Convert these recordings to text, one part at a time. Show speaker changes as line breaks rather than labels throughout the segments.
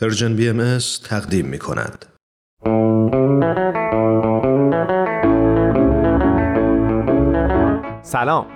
پرژن بی ام از تقدیم می کند.
سلام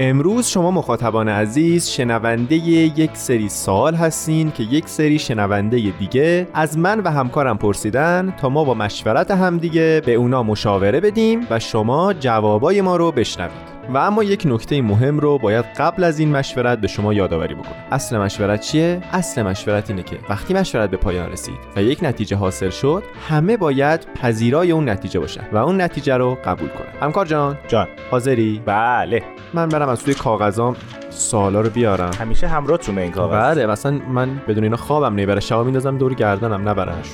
امروز شما مخاطبان عزیز شنونده یک سری سوال هستین که یک سری شنونده دیگه از من و همکارم پرسیدن تا ما با مشورت همدیگه به اونا مشاوره بدیم و شما جوابای ما رو بشنوید و اما یک نکته مهم رو باید قبل از این مشورت به شما یادآوری بکنم اصل مشورت چیه اصل مشورت اینه که وقتی مشورت به پایان رسید و یک نتیجه حاصل شد همه باید پذیرای اون نتیجه باشن و اون نتیجه رو قبول کنن همکار جان
جان
حاضری
بله
من برم از توی کاغذام سالا رو بیارم
همیشه همراهتونه این کاغذ
بله مثلا من بدون اینا خوابم نمیبره شبا میندازم دور گردنم نبرنش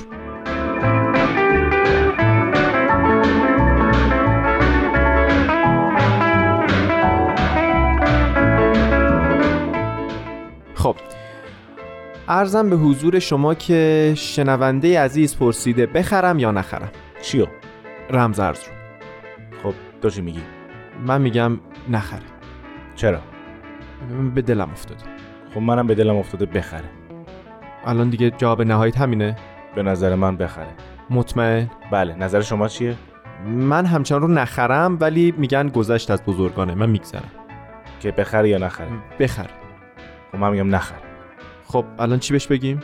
خب ارزم به حضور شما که شنونده عزیز پرسیده بخرم یا نخرم
چیو
رمز ارز رو
خب تو چی میگی
من میگم نخره
چرا
به دلم افتاده
خب منم به دلم افتاده بخره
الان دیگه جواب نهاییت همینه
به نظر من بخره
مطمئن
بله نظر شما چیه
من همچنان رو نخرم ولی میگن گذشت از بزرگانه من میگذرم
که بخره یا نخره
بخر
خب من میگم نخره
خب الان چی بهش بگیم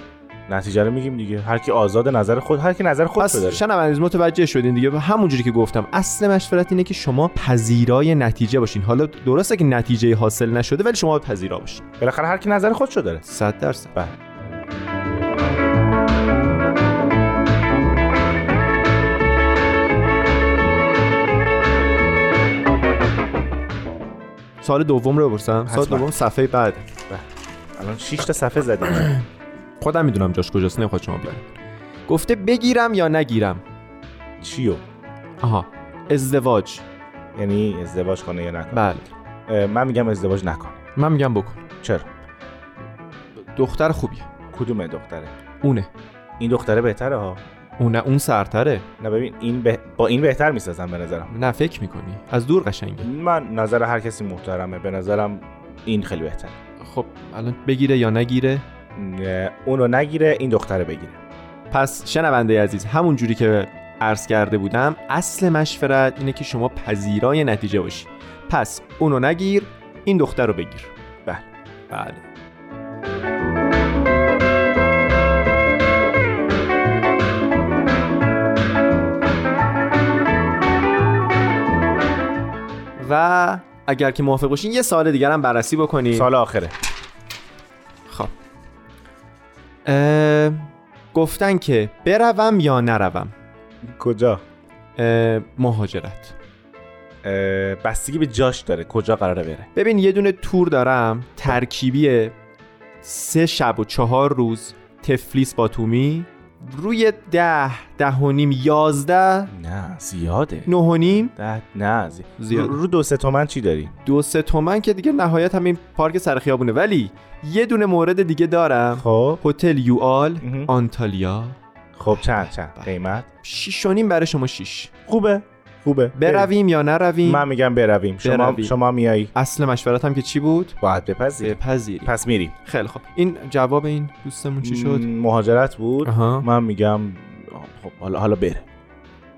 نتیجه رو میگیم دیگه هر کی آزاد نظر خود هر کی نظر خود
پس
داره
شنوندگان متوجه شدین دیگه همونجوری که گفتم اصل مشورت اینه که شما پذیرای نتیجه باشین حالا درسته که نتیجه حاصل نشده ولی شما پذیرا باشین
بالاخره هر کی نظر خودشو داره
100 درصد
بله
سال دوم رو بپرسم سال
حتما.
دوم صفحه بعد
الان 6 تا صفحه زدیم
خودم میدونم جاش کجاست نمیخواد شما بیارم گفته بگیرم یا نگیرم
چیو
آها ازدواج
یعنی ازدواج کنه یا نکنه
بله
اه، من میگم ازدواج نکن
من میگم بکن
چرا
دختر خوبیه
کدوم دختره
اونه
این دختره بهتره ها
اونه اون سرتره
نه ببین این به... با این بهتر میسازم به نظرم
نه فکر میکنی از دور قشنگه
من نظر هر کسی محترمه به نظرم این خیلی بهتره
خب الان بگیره یا نگیره
نه، اونو نگیره این دختره بگیره
پس شنونده عزیز همون جوری که عرض کرده بودم اصل مشورت اینه که شما پذیرای نتیجه باشی پس اونو نگیر این دختر رو بگیر
بله.
بله و اگر که موافق باشین یه سال دیگر هم بررسی بکنیم
سال آخره
خب اه، گفتن که بروم یا نروم
کجا
اه، مهاجرت
اه، بستگی به جاش داره کجا قراره بره
ببین یه دونه تور دارم ترکیبی سه شب و چهار روز تفلیس باتومی روی ده ده و نیم یازده
نه زیاده
نه و نیم
ده نه زی...
زیاده.
رو, رو دو سه تومن چی داری
دو سه تومن که دیگه نهایت همین پارک سر خیابونه ولی یه دونه مورد دیگه دارم
خب
هتل یوآل
مهم.
آنتالیا
خب چند چند
بله.
قیمت
شیش و نیم برای شما شیش
خوبه خوبه بریم.
برویم یا نرویم
من میگم برویم شما
برویم.
شما میایی
اصل مشورت هم که چی بود؟
باید بپذیری
بپذیری
پس میریم
خیلی خب این جواب این دوستمون چی
م،
شد؟
مهاجرت بود
آها
من میگم خب حالا حالا بره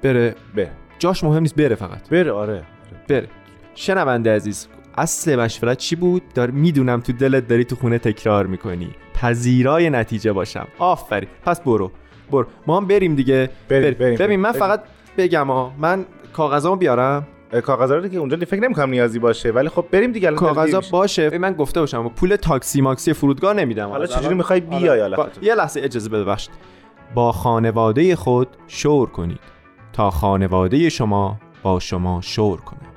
بره
بره
جاش مهم نیست بره فقط
بره آره
بره شنونده عزیز اصل مشورت چی بود؟ دار میدونم تو دلت داری تو خونه تکرار میکنی پذیرای نتیجه باشم آفرین پس برو برو ما هم بریم دیگه
بریم،
بریم.
بریم،
ببین
بریم،
من
بریم.
فقط بگم ها من کاغذامو بیارم
اه، کاغذا رو که اونجا فکر نمیکنم نیازی باشه ولی خب بریم دیگه الان داره دیر
کاغذا
میشه.
باشه ببین من گفته باشم پول تاکسی ماکسی فرودگاه نمیدم
حالا
از
چجوری
الان.
میخوای بیای آره، خب. حالا
با... یه لحظه اجازه بده ببخشید با خانواده خود شور کنید تا خانواده شما با شما شور کنه